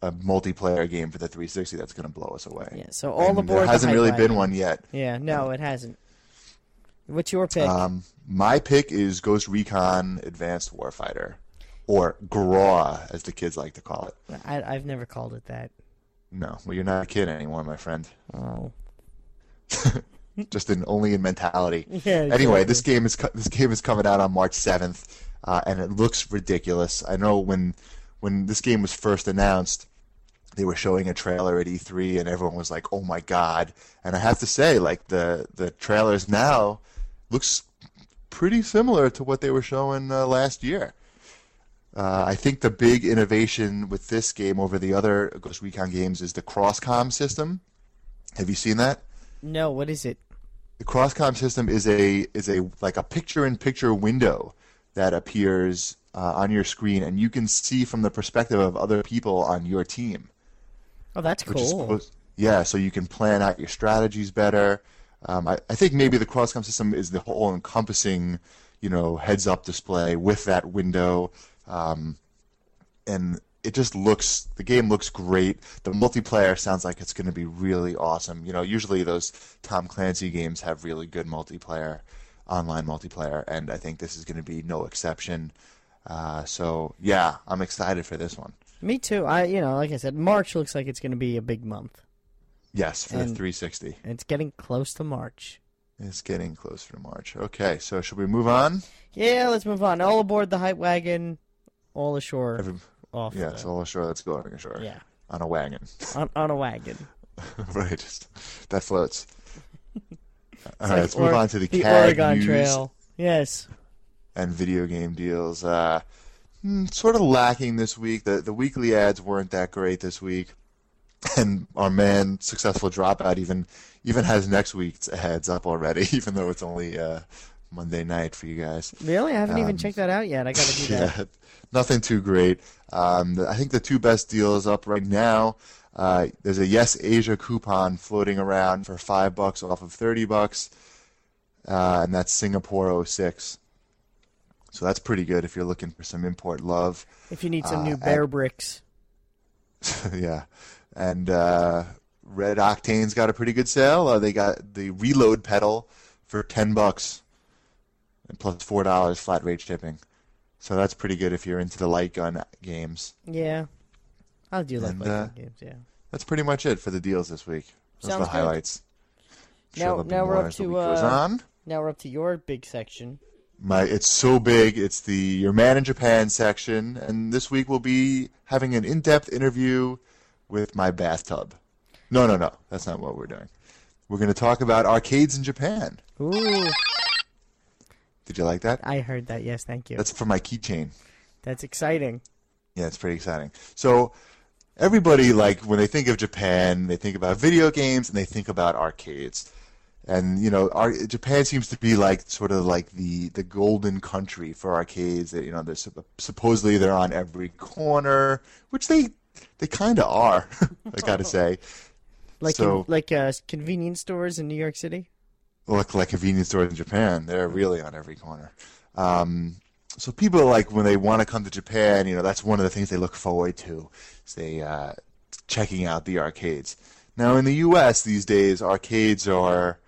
[SPEAKER 1] a multiplayer game for the 360 that's going to blow us away.
[SPEAKER 2] Yeah, so all
[SPEAKER 1] And
[SPEAKER 2] aboard
[SPEAKER 1] There
[SPEAKER 2] the
[SPEAKER 1] hasn't
[SPEAKER 2] Hype
[SPEAKER 1] really
[SPEAKER 2] Wagon.
[SPEAKER 1] been one yet.
[SPEAKER 2] Yeah, no, it hasn't. What's your pick?
[SPEAKER 1] Um, my pick is Ghost Recon Advanced Warfighter, or GRAW, as the kids like to call it.
[SPEAKER 2] I, I've never called it that.
[SPEAKER 1] No, well, you're not a kid anymore, my friend.
[SPEAKER 2] Oh.
[SPEAKER 1] Just in only in mentality.
[SPEAKER 2] Yeah,
[SPEAKER 1] Anyway,
[SPEAKER 2] exactly.
[SPEAKER 1] this game is co- this game is coming out on March 7th, uh, and it looks ridiculous. I know when when this game was first announced, they were showing a trailer at E3, and everyone was like, "Oh my god!" And I have to say, like the the trailers now looks pretty similar to what they were showing uh, last year. Uh, I think the big innovation with this game over the other Ghost Recon games is the cross-com system. Have you seen that?
[SPEAKER 2] No, what is it?
[SPEAKER 1] the crosscom system is a is a like a picture in picture window that appears uh, on your screen and you can see from the perspective of other people on your team
[SPEAKER 2] Oh, that's
[SPEAKER 1] which is
[SPEAKER 2] cool.
[SPEAKER 1] supposed- yeah so you can plan out your strategies better um, I, I think maybe the crosscom system is the whole encompassing you know heads up display with that window um, and it just looks the game looks great the multiplayer sounds like it's going to be really awesome you know usually those tom clancy games have really good multiplayer online multiplayer and i think this is going to be no exception uh, so yeah i'm excited for this one
[SPEAKER 2] Me too. I, you know, like I said, March looks like it's going to be a big month.
[SPEAKER 1] yes for the
[SPEAKER 2] And-
[SPEAKER 1] 360
[SPEAKER 2] And It's getting close to March.
[SPEAKER 1] It's getting closer to March. Okay, so should we move on?
[SPEAKER 2] Yeah, let's move on. All aboard the hype wagon, all ashore,
[SPEAKER 1] Every,
[SPEAKER 2] off.
[SPEAKER 1] yeah,
[SPEAKER 2] the-
[SPEAKER 1] so all ashore, let's go on ashore.
[SPEAKER 2] yeah,
[SPEAKER 1] On a wagon.
[SPEAKER 2] on, on a wagon.
[SPEAKER 1] right, just- that floats. All right,
[SPEAKER 2] Like
[SPEAKER 1] let's move
[SPEAKER 2] Ore-
[SPEAKER 1] on to the,
[SPEAKER 2] the
[SPEAKER 1] CAD
[SPEAKER 2] Oregon
[SPEAKER 1] news
[SPEAKER 2] Trail. Yes.
[SPEAKER 1] and video game deals. Uh, hmm, sort of lacking this week. The, the weekly ads weren't that great this week. And our man, Successful Dropout, even even has next week's ads up already, even though it's only uh, Monday night for you guys.
[SPEAKER 2] Really? I haven't even
[SPEAKER 1] Um,
[SPEAKER 2] checked that out yet. I got to do that.
[SPEAKER 1] Yeah, nothing too great. Um, the- I think the two best deals up right now. Uh, there's a Yes Asia coupon floating around for five bucks off of thirty bucks, uh, and that's Singapore 06. So that's pretty good if you're looking for some import love.
[SPEAKER 2] If you need some
[SPEAKER 1] uh,
[SPEAKER 2] new bear bricks.
[SPEAKER 1] yeah, and uh, Red Octane's got a pretty good sale. Uh, they got the reload pedal for ten bucks, and plus four dollars flat rate shipping. So that's pretty good if you're into the light gun games.
[SPEAKER 2] Yeah. I do like
[SPEAKER 1] And,
[SPEAKER 2] Viking
[SPEAKER 1] uh,
[SPEAKER 2] games, yeah.
[SPEAKER 1] That's pretty much it for the deals this week. Those are
[SPEAKER 2] Sounds
[SPEAKER 1] the
[SPEAKER 2] good.
[SPEAKER 1] highlights. I'm
[SPEAKER 2] Now-
[SPEAKER 1] there'll be
[SPEAKER 2] now we're
[SPEAKER 1] more
[SPEAKER 2] up
[SPEAKER 1] as the
[SPEAKER 2] to,
[SPEAKER 1] week goes
[SPEAKER 2] uh,
[SPEAKER 1] on.
[SPEAKER 2] Now we're up to your big section.
[SPEAKER 1] My, it's so big. It's the Your Man in Japan section, and this week we'll be having an in-depth interview with my bathtub. No, no, no. That's not what we're doing. We're going to talk about arcades in Japan.
[SPEAKER 2] Ooh,
[SPEAKER 1] Did you like that?
[SPEAKER 2] I heard that. Yes, thank you. That's,
[SPEAKER 1] That's for my keychain.
[SPEAKER 2] exciting.
[SPEAKER 1] Yeah, it's pretty exciting. So everybody like when they think of Japan, they think about video games and they think about arcades. And you know, our, Japan seems to be like sort of like the the golden country for arcades. That you know, they're sup- supposedly they're on every corner, which they they kind of are. I gotta say,
[SPEAKER 2] Like
[SPEAKER 1] So-
[SPEAKER 2] in, like uh, convenience stores in New York City.
[SPEAKER 1] look like convenience stores in Japan. They're really on every corner. Um, so people like when they want to come to Japan, you know, that's one of the things they look forward to. Is they uh, checking out the arcades. Now in the U.S. these days, arcades are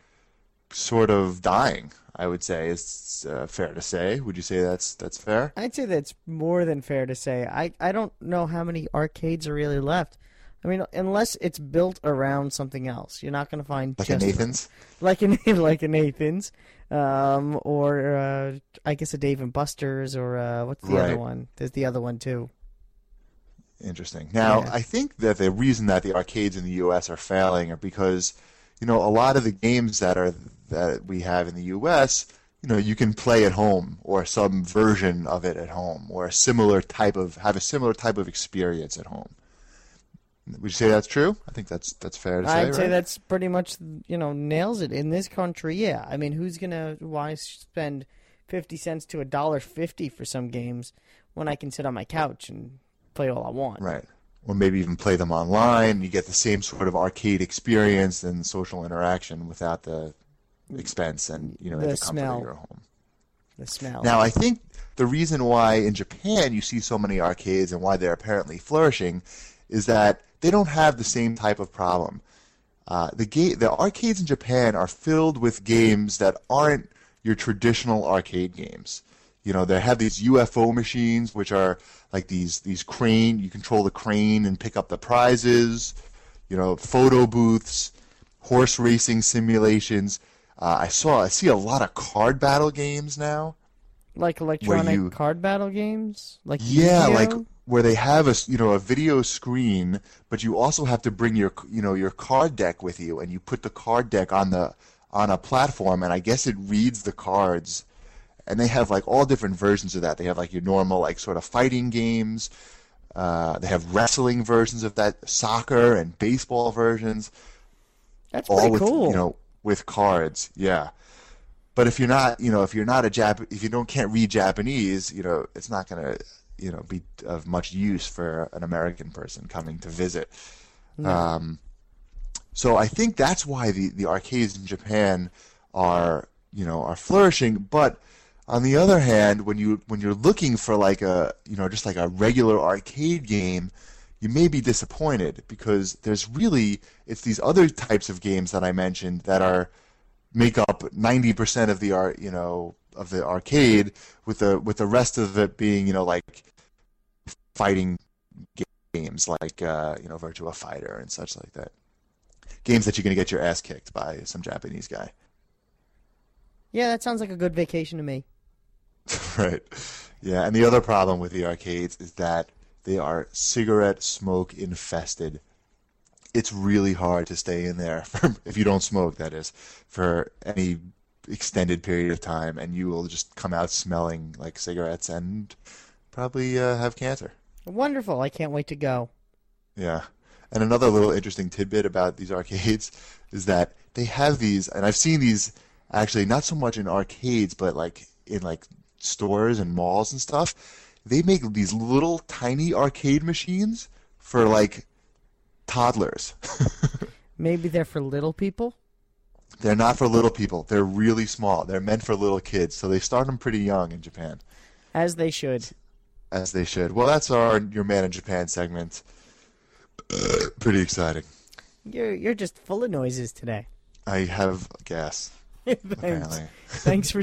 [SPEAKER 1] sort of dying. I would say it's uh, fair to say. Would you say that's that's fair?
[SPEAKER 2] I'd say that's more than fair to say. I, I don't know how many arcades are really left. I mean, unless it's built around something else, you're not going to find
[SPEAKER 1] Like a
[SPEAKER 2] just
[SPEAKER 1] Nathan's.
[SPEAKER 2] like an like a Nathan's, um, or uh, I guess a Dave and Buster's, or uh, what's the other
[SPEAKER 1] Right.
[SPEAKER 2] one? There's the other one too.
[SPEAKER 1] Interesting. Now,
[SPEAKER 2] Yeah.
[SPEAKER 1] I think that the reason that the arcades in the U.S. are failing are because, you know, a lot of the games that are that we have in the U.S., you know, you can play at home or some version of it at home or a similar type of have a similar type of experience at home. Would you say that's true? I think that's that's fair to say.
[SPEAKER 2] I'd say
[SPEAKER 1] right?
[SPEAKER 2] that's pretty much you know nails it in this country. Yeah, I mean, who's gonna why spend fifty cents to a dollar fifty for some games when I can sit on my couch and play all I want?
[SPEAKER 1] Right. Or maybe even play them online. You get the same sort of arcade experience and social interaction without the expense and you know
[SPEAKER 2] The
[SPEAKER 1] the, comfort
[SPEAKER 2] smell.
[SPEAKER 1] of your home.
[SPEAKER 2] The smell.
[SPEAKER 1] Now, I think the reason why in Japan you see so many arcades and why they're apparently flourishing is that they don't have the same type of problem. Uh, the ga- the arcades in Japan are filled with games that aren't your traditional arcade games. You know, they have these UFO machines, which are like these these crane. You control the crane and pick up the prizes. You know, photo booths, horse racing simulations. Uh, I saw I see a lot of card battle games now.
[SPEAKER 2] like electronic
[SPEAKER 1] you-
[SPEAKER 2] card battle games. Like
[SPEAKER 1] Yeah, like
[SPEAKER 2] Yu-Gi-Oh?
[SPEAKER 1] where they have a s- you know a video screen, but you also have to bring your c- you know your card deck with you, and you put the card deck on the on a platform, and I guess it reads the cards. And they have like all different versions of that. They have like your normal like sort of fighting games. Uh, they have wrestling versions of that, soccer and baseball versions
[SPEAKER 2] that's
[SPEAKER 1] all
[SPEAKER 2] pretty
[SPEAKER 1] with
[SPEAKER 2] cool.
[SPEAKER 1] you know with cards yeah but if you're not you know if you're not a Jap if you don't can't read Japanese you know it's not gonna you know be of much use for an American person coming to visit um, so I think that's why the the arcades in Japan are you know are flourishing but on the other hand when you when you're looking for like a you know just like a regular arcade game you may be disappointed because there's really it's these other types of games that I mentioned that are make up 90% of the art you know of the arcade with the with the rest of it being you know like fighting ga- games like uh, you know Virtua Fighter and such like that games that you're going to get your ass kicked by some Japanese guy
[SPEAKER 2] yeah, that sounds like a good vacation to me.
[SPEAKER 1] right yeah and the other problem with the arcades is that they are cigarette smoke infested it's really hard to stay in there for, if you don't smoke that is for any extended period of time and you will just come out smelling like cigarettes and probably uh, have cancer
[SPEAKER 2] Wonderful. I can't wait to go.
[SPEAKER 1] Yeah. And another little interesting tidbit about these arcades is that they have these, and I've seen these actually not so much in arcades, but like in like stores and malls and stuff. They make these little tiny arcade machines for like toddlers.
[SPEAKER 2] Maybe they're for little people.
[SPEAKER 1] They're not for little people. They're really small. They're meant for little kids. So they start them pretty young in Japan,
[SPEAKER 2] As they should.
[SPEAKER 1] as they should. Well, that's our Your Man in Japan segment. Pretty exciting.
[SPEAKER 2] You're you're just full of noises today.
[SPEAKER 1] I have gas,
[SPEAKER 2] Thanks.
[SPEAKER 1] apparently.
[SPEAKER 2] Thanks for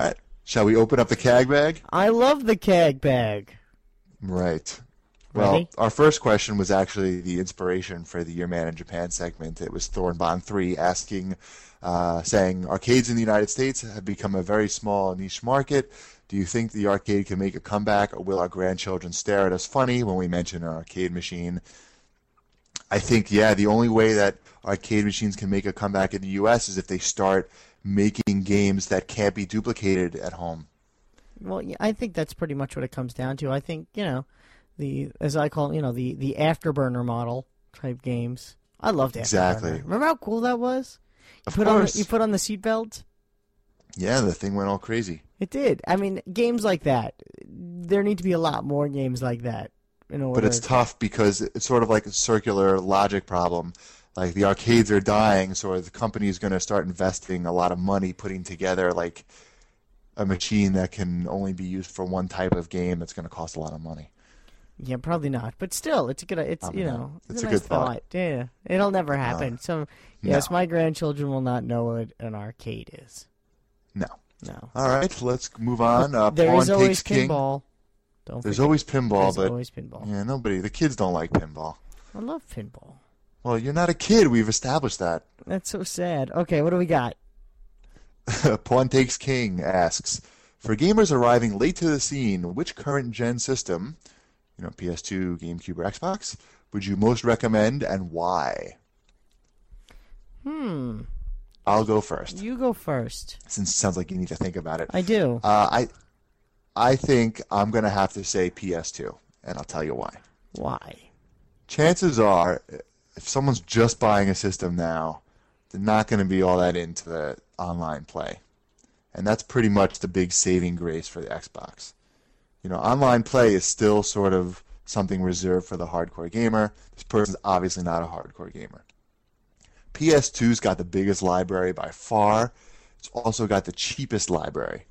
[SPEAKER 1] All right. Shall we open up the CAG bag?
[SPEAKER 2] I love the keg bag.
[SPEAKER 1] Right. Well,
[SPEAKER 2] Ready?
[SPEAKER 1] our first question was actually the inspiration for the Your Man in Japan segment. It was Thornbond 3 asking, uh, saying, Arcades in the United States have become a very small niche market. Do you think the arcade can make a comeback, or will our grandchildren stare at us funny when we mention an arcade machine? I think, yeah, the only way that arcade machines can make a comeback in the U.S. is if they start making games that can't be duplicated at home.
[SPEAKER 2] Well, yeah, I think that's pretty much what it comes down to. I think you know, the as I call it, you know the the afterburner model type games. I loved afterburner.
[SPEAKER 1] Exactly.
[SPEAKER 2] Remember how cool that was? You
[SPEAKER 1] Of
[SPEAKER 2] put
[SPEAKER 1] course.
[SPEAKER 2] on you put on the seatbelt.
[SPEAKER 1] Yeah, the thing went all crazy.
[SPEAKER 2] It did. I mean, games like that. There need to be a lot more games like that in order.
[SPEAKER 1] But it's tough because it's sort of like a circular logic problem. Like the arcades are dying, so the company is going to start investing a lot of money putting together like a machine that can only be used for one type of game that's going to cost a lot of money.
[SPEAKER 2] Yeah, probably not. But still, it's a good. It's
[SPEAKER 1] Probably
[SPEAKER 2] you
[SPEAKER 1] not.
[SPEAKER 2] know,
[SPEAKER 1] It's
[SPEAKER 2] a,
[SPEAKER 1] a
[SPEAKER 2] nice
[SPEAKER 1] good thought.
[SPEAKER 2] Yeah, it'll never happen. so yes,
[SPEAKER 1] no.
[SPEAKER 2] my grandchildren will not know what an arcade is.
[SPEAKER 1] No.
[SPEAKER 2] No,
[SPEAKER 1] All right, let's move on. Uh,
[SPEAKER 2] there
[SPEAKER 1] Pawn
[SPEAKER 2] is always
[SPEAKER 1] Takes King.
[SPEAKER 2] pinball. Don't
[SPEAKER 1] There's
[SPEAKER 2] forget,
[SPEAKER 1] always pinball,
[SPEAKER 2] there's
[SPEAKER 1] but Mm.
[SPEAKER 2] always pinball.
[SPEAKER 1] yeah, nobody. The kids don't like pinball.
[SPEAKER 2] I love pinball.
[SPEAKER 1] Well, you're not a kid. We've established that.
[SPEAKER 2] That's so sad. Okay, what do we got?
[SPEAKER 1] Pawn Takes King asks, for gamers arriving late to the scene, which current gen system, you know, PS2, GameCube, or Xbox, would you most recommend and why?
[SPEAKER 2] Hmm.
[SPEAKER 1] I'll go first,
[SPEAKER 2] You go first.
[SPEAKER 1] since it sounds like you need to think about it.
[SPEAKER 2] I do.
[SPEAKER 1] Uh, I, I think I'm gonna have to say PS2, and I'll tell you why.
[SPEAKER 2] Why?
[SPEAKER 1] chances are, if someone's just buying a system now, they're not going to be all that into the online play, and that's pretty much the big saving grace for the Xbox. You know, online play is still sort of something reserved for the hardcore gamer. This person's obviously not a hardcore gamer. PS2's got the biggest library by far. It's also got the cheapest library.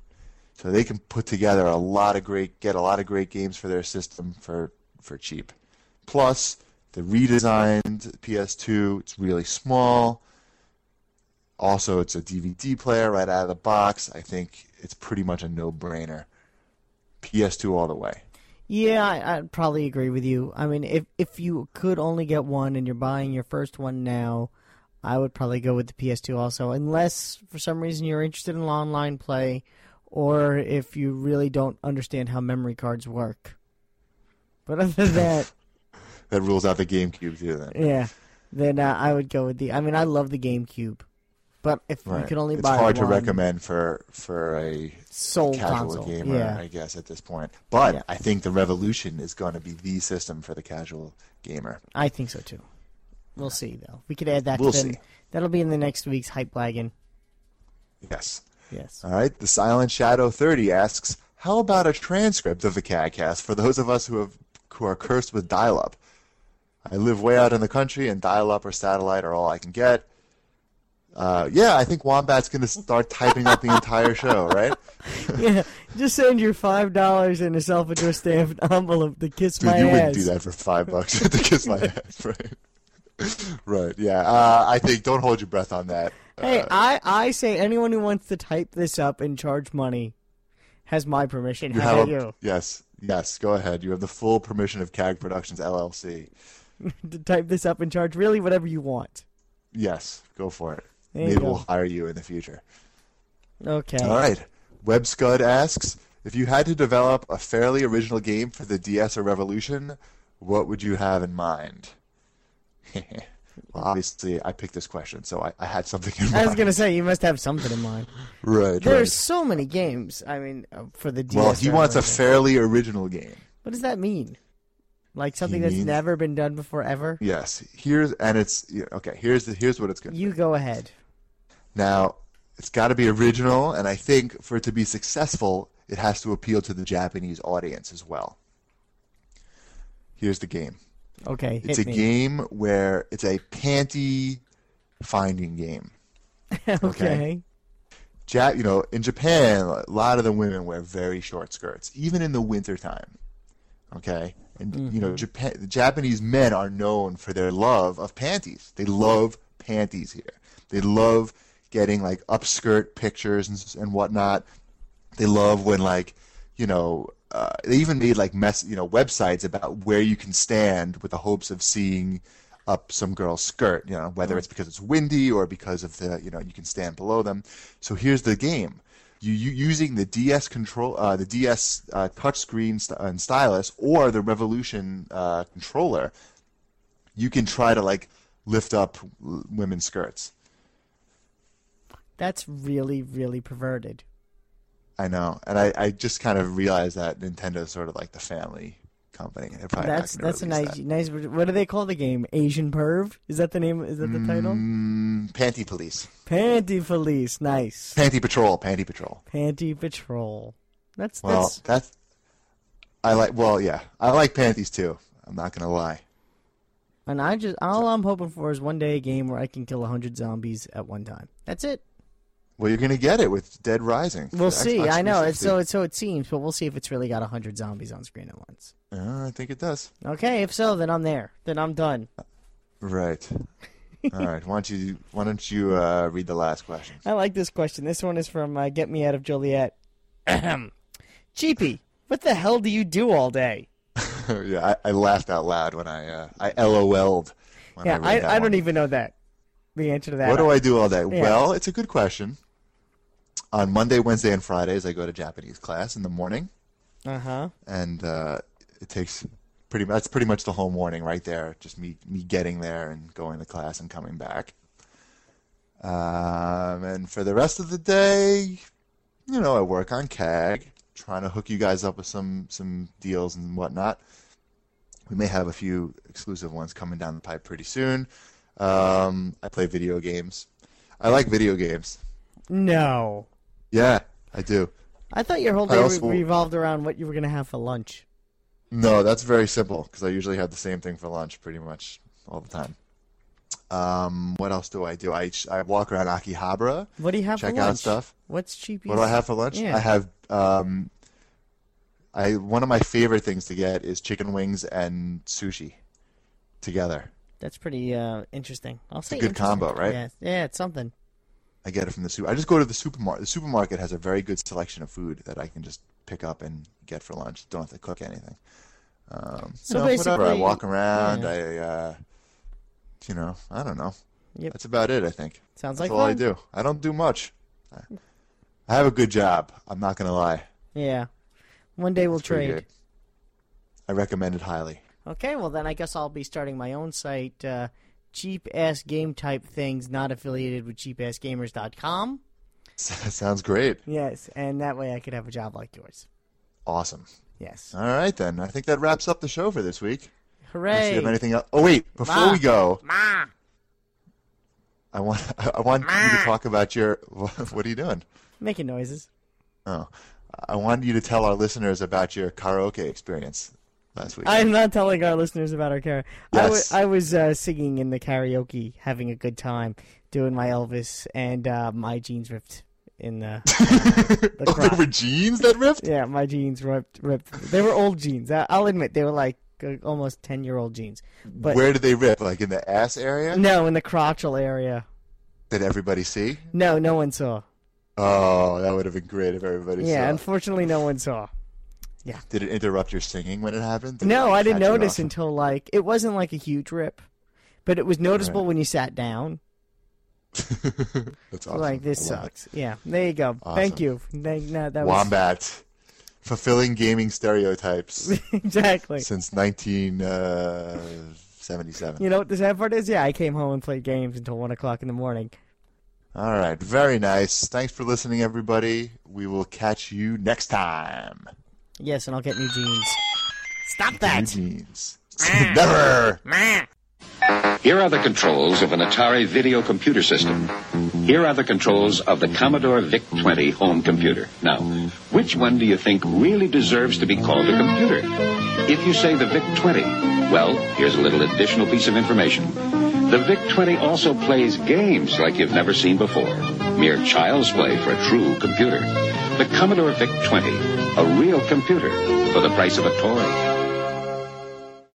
[SPEAKER 1] So they can put together a lot of great get a lot of great games for their system for for cheap. Plus the redesigned PS2, it's really small. Also, it's a DVD player right out of the box. I think it's pretty much a no-brainer. PS2 all the way.
[SPEAKER 2] Yeah, I, I'd probably agree with you. I mean, if if you could only get one and you're buying your first one now, I would probably go with the PS2 also, unless for some reason you're interested in online play, or if you really don't understand how memory cards work. But other than that,
[SPEAKER 1] That rules out the GameCube too. Then
[SPEAKER 2] yeah, then uh, I would go with the. I mean, I love the GameCube, but if you could only
[SPEAKER 1] it's
[SPEAKER 2] buy
[SPEAKER 1] hard to
[SPEAKER 2] one,
[SPEAKER 1] recommend for for a
[SPEAKER 2] Soul
[SPEAKER 1] casual
[SPEAKER 2] console,
[SPEAKER 1] gamer,
[SPEAKER 2] yeah.
[SPEAKER 1] I guess at this point. But
[SPEAKER 2] Yeah.
[SPEAKER 1] I think the revolution is going to be the system for the casual gamer.
[SPEAKER 2] I think so too. We'll see though. We could add that.
[SPEAKER 1] We'll
[SPEAKER 2] to the-
[SPEAKER 1] see.
[SPEAKER 2] That'll be in the next week's hype wagon.
[SPEAKER 1] Yes.
[SPEAKER 2] Yes.
[SPEAKER 1] All right. The Silent Shadow 30 asks, "How about a transcript of the CADcast for those of us who have who are cursed with dial-up? I live way out in the country, and dial-up or satellite are all I can get." Uh, yeah, I think Wombat's going to start typing up the entire show, right?
[SPEAKER 2] yeah. Just send your five dollars in a Salvador stamped envelope to kiss
[SPEAKER 1] Dude,
[SPEAKER 2] my
[SPEAKER 1] you
[SPEAKER 2] ass.
[SPEAKER 1] wouldn't do that for five bucks to kiss my ass, right? right. Yeah. Uh, I think don't hold your breath on that.
[SPEAKER 2] Hey, I, I say anyone who wants to type this up and charge money has my permission. How
[SPEAKER 1] have
[SPEAKER 2] about you?
[SPEAKER 1] Yes. Yes. Go ahead. You have the full permission of CAG Productions LLC.
[SPEAKER 2] To type this up and charge really whatever you want.
[SPEAKER 1] Yes. Go for it.
[SPEAKER 2] There you
[SPEAKER 1] Maybe
[SPEAKER 2] go.
[SPEAKER 1] we'll hire you in the future.
[SPEAKER 2] Okay.
[SPEAKER 1] All right. Web Scud asks if you had to develop a fairly original game for the DS or Revolution, what would you have in mind? well, obviously, I picked this question, so I, I had something in
[SPEAKER 2] I
[SPEAKER 1] mind.
[SPEAKER 2] was gonna say you must have something in mind.
[SPEAKER 1] Right. right.
[SPEAKER 2] There's so many games. I mean, uh, for the DS.
[SPEAKER 1] Well, he wants a
[SPEAKER 2] version.
[SPEAKER 1] fairly original game.
[SPEAKER 2] what does that mean? Like something that's
[SPEAKER 1] means-
[SPEAKER 2] never been done before ever.
[SPEAKER 1] Yes. Here's and it's yeah, okay. Here's the, here's what it's going. to
[SPEAKER 2] You go ahead.
[SPEAKER 1] Now, it's got to be original, and I think for it to be successful, it has to appeal to the Japanese audience as well. Here's the game.
[SPEAKER 2] Okay, hit
[SPEAKER 1] It's a
[SPEAKER 2] me.
[SPEAKER 1] game where it's a panty finding game.
[SPEAKER 2] okay.
[SPEAKER 1] Ja- you know, in Japan, a lot of the women wear very short skirts, even in the wintertime. Okay? And, you know, Japan, the Japanese men are known for their love of panties. They love panties here. They love getting, like, upskirt pictures and, and whatnot. They love when, like, you know, uh, they even made, like, mess, you know, websites about where you can stand with the hopes of seeing up some girl's skirt, you know, whether it's because it's windy or because of the, you know, you can stand below them. So here's the game. You, you using the DS control, uh, the DS uh, touchscreen st- and stylus, or the Revolution uh, controller, you can try to like lift up l- women's skirts.
[SPEAKER 2] That's really, really perverted.
[SPEAKER 1] I know, and I, I just kind of realized that Nintendo's sort of like the family company. They're probably not
[SPEAKER 2] that's
[SPEAKER 1] gonna
[SPEAKER 2] that's a
[SPEAKER 1] release
[SPEAKER 2] nice,
[SPEAKER 1] that.
[SPEAKER 2] nice. What do they call the game? Asian perv? Is that the name? Is that the title?
[SPEAKER 1] Mm, panty police,
[SPEAKER 2] Panty Police, nice.
[SPEAKER 1] panty patrol, panty patrol.
[SPEAKER 2] Panty Patrol. That's
[SPEAKER 1] Well,
[SPEAKER 2] that's
[SPEAKER 1] that's I like. Well, yeah, I like panties too. I'm not gonna lie.
[SPEAKER 2] and I just all I'm hoping for is one day a game where I can kill hundred zombies at one time. That's it.
[SPEAKER 1] Well, you're gonna get it with Dead Rising.
[SPEAKER 2] We'll
[SPEAKER 1] for
[SPEAKER 2] see.
[SPEAKER 1] Xbox
[SPEAKER 2] I know it's so
[SPEAKER 1] 360.
[SPEAKER 2] it's so it seems, but we'll see if it's really got hundred zombies on screen at once.
[SPEAKER 1] Yeah, I think it does.
[SPEAKER 2] Okay, if so, then I'm there. Then I'm done.
[SPEAKER 1] Right. All right. Why don't you Why don't you uh, read the last question?
[SPEAKER 2] I like this question. This one is from uh, Get Me Out of Joliet. Cheapy, what the hell do you do all day?
[SPEAKER 1] yeah, I, I laughed out loud when I uh, I LOL'd. When
[SPEAKER 2] Yeah,
[SPEAKER 1] read
[SPEAKER 2] I,
[SPEAKER 1] that
[SPEAKER 2] I, don't
[SPEAKER 1] one.
[SPEAKER 2] even know that. The answer to that.
[SPEAKER 1] What do I do all day?
[SPEAKER 2] Yeah.
[SPEAKER 1] Well, it's a good question. On Monday, Wednesday, and Fridays, I go to Japanese class in the morning.
[SPEAKER 2] Uh huh.
[SPEAKER 1] and uh, it takes pretty much that's pretty much the whole morning right there just me me getting there and going to class and coming back um, and for the rest of the day you know i work on cag trying to hook you guys up with some some deals and whatnot we may have a few exclusive ones coming down the pipe pretty soon. Um, I play video games. I like video games.
[SPEAKER 2] No.
[SPEAKER 1] Yeah, I do.
[SPEAKER 2] I thought your whole
[SPEAKER 1] I
[SPEAKER 2] day
[SPEAKER 1] also-
[SPEAKER 2] re- revolved around what you were going to have for lunch.
[SPEAKER 1] No, that's very simple because I usually have the same thing for lunch pretty much all the time. Um, what else do I do? I, I walk around Akihabara,
[SPEAKER 2] What do you have
[SPEAKER 1] check
[SPEAKER 2] for lunch?
[SPEAKER 1] out stuff.
[SPEAKER 2] What's cheap?
[SPEAKER 1] What do I have for lunch?
[SPEAKER 2] Yeah.
[SPEAKER 1] I have um, I one of my favorite things to get is chicken wings and sushi together.
[SPEAKER 2] That's pretty uh, interesting. I'll say
[SPEAKER 1] good
[SPEAKER 2] interesting.
[SPEAKER 1] combo, right?
[SPEAKER 2] Yeah, yeah, it's something.
[SPEAKER 1] I get it from the soup. I just go to the supermarket. The supermarket has a very good selection of food that I can just pick up and get for lunch. Don't have to cook anything. Um, so you
[SPEAKER 2] So
[SPEAKER 1] know, whatever. I
[SPEAKER 2] basically-
[SPEAKER 1] walk around.
[SPEAKER 2] yeah.
[SPEAKER 1] I, uh, you know, I don't know.
[SPEAKER 2] Yep.
[SPEAKER 1] That's about it. I think.
[SPEAKER 2] Sounds
[SPEAKER 1] That's
[SPEAKER 2] like
[SPEAKER 1] all I
[SPEAKER 2] fun.
[SPEAKER 1] do. I don't do much. I, I have a good job. I'm not gonna lie.
[SPEAKER 2] Yeah. One day we'll
[SPEAKER 1] It's pretty
[SPEAKER 2] trade.
[SPEAKER 1] good. I recommend it highly.
[SPEAKER 2] Okay, well then I guess I'll be starting my own site, uh, cheap ass game type things, not affiliated with cheapassgamers.com.
[SPEAKER 1] Sounds great.
[SPEAKER 2] Yes, and that way I could have a job like yours.
[SPEAKER 1] Awesome.
[SPEAKER 2] Yes.
[SPEAKER 1] All right then. I think that wraps up the show for this week. Unless you have
[SPEAKER 2] Hooray!
[SPEAKER 1] anything else. Oh wait, before
[SPEAKER 2] Ma.
[SPEAKER 1] we go,
[SPEAKER 2] Ma!
[SPEAKER 1] I want I want you to talk about your what are you doing?
[SPEAKER 2] Making noises.
[SPEAKER 1] Oh, I wanted you to tell our listeners about your karaoke experience last week.
[SPEAKER 2] I'm not telling our listeners about our karaoke.
[SPEAKER 1] Yes.
[SPEAKER 2] I, w- I was uh, singing in the karaoke, having a good time, doing my Elvis, and uh, my jeans ripped in the. the
[SPEAKER 1] oh,
[SPEAKER 2] crowd.
[SPEAKER 1] there were jeans that ripped.
[SPEAKER 2] Yeah, my jeans ripped. ripped. They were old jeans. I, I'll admit they were like uh, almost ten year old jeans. But
[SPEAKER 1] Where did they rip? Like in the ass area?
[SPEAKER 2] no, in the crotchal area.
[SPEAKER 1] Did everybody see?
[SPEAKER 2] No, no one saw.
[SPEAKER 1] Oh, that would have been great if everybody
[SPEAKER 2] Yeah,
[SPEAKER 1] saw.
[SPEAKER 2] unfortunately, no one saw.
[SPEAKER 1] Did it interrupt your singing when it happened? Did it,
[SPEAKER 2] No,
[SPEAKER 1] like,
[SPEAKER 2] I didn't
[SPEAKER 1] catch you
[SPEAKER 2] notice
[SPEAKER 1] off?
[SPEAKER 2] until like it wasn't like a huge rip, but it was noticeable when you sat down.
[SPEAKER 1] That's awesome.
[SPEAKER 2] Like this
[SPEAKER 1] I love it.
[SPEAKER 2] sucks. Yeah, there you go. Thank
[SPEAKER 1] Awesome.
[SPEAKER 2] you. Thank, no, that was
[SPEAKER 1] Wombat, fulfilling gaming stereotypes
[SPEAKER 2] exactly.
[SPEAKER 1] since uh, 1977.
[SPEAKER 2] You know what the sad part is? Yeah, I came home and played games until one o'clock in the morning.
[SPEAKER 1] All right. Very nice. Thanks for listening, everybody. We will catch you next time.
[SPEAKER 2] Yes, and I'll get new jeans. Stop that.
[SPEAKER 1] New jeans. Never.
[SPEAKER 3] Here are the controls of an Atari video computer system. Here are the controls of the Commodore VIC 20 home computer. Now, which one do you think really deserves to be called a computer? If you say the VIC 20, well, here's a little additional piece of information. The VIC 20 also plays games like you've never seen before. Mere child's play for a true computer. The Commodore VIC 20, a real computer for the price of a toy.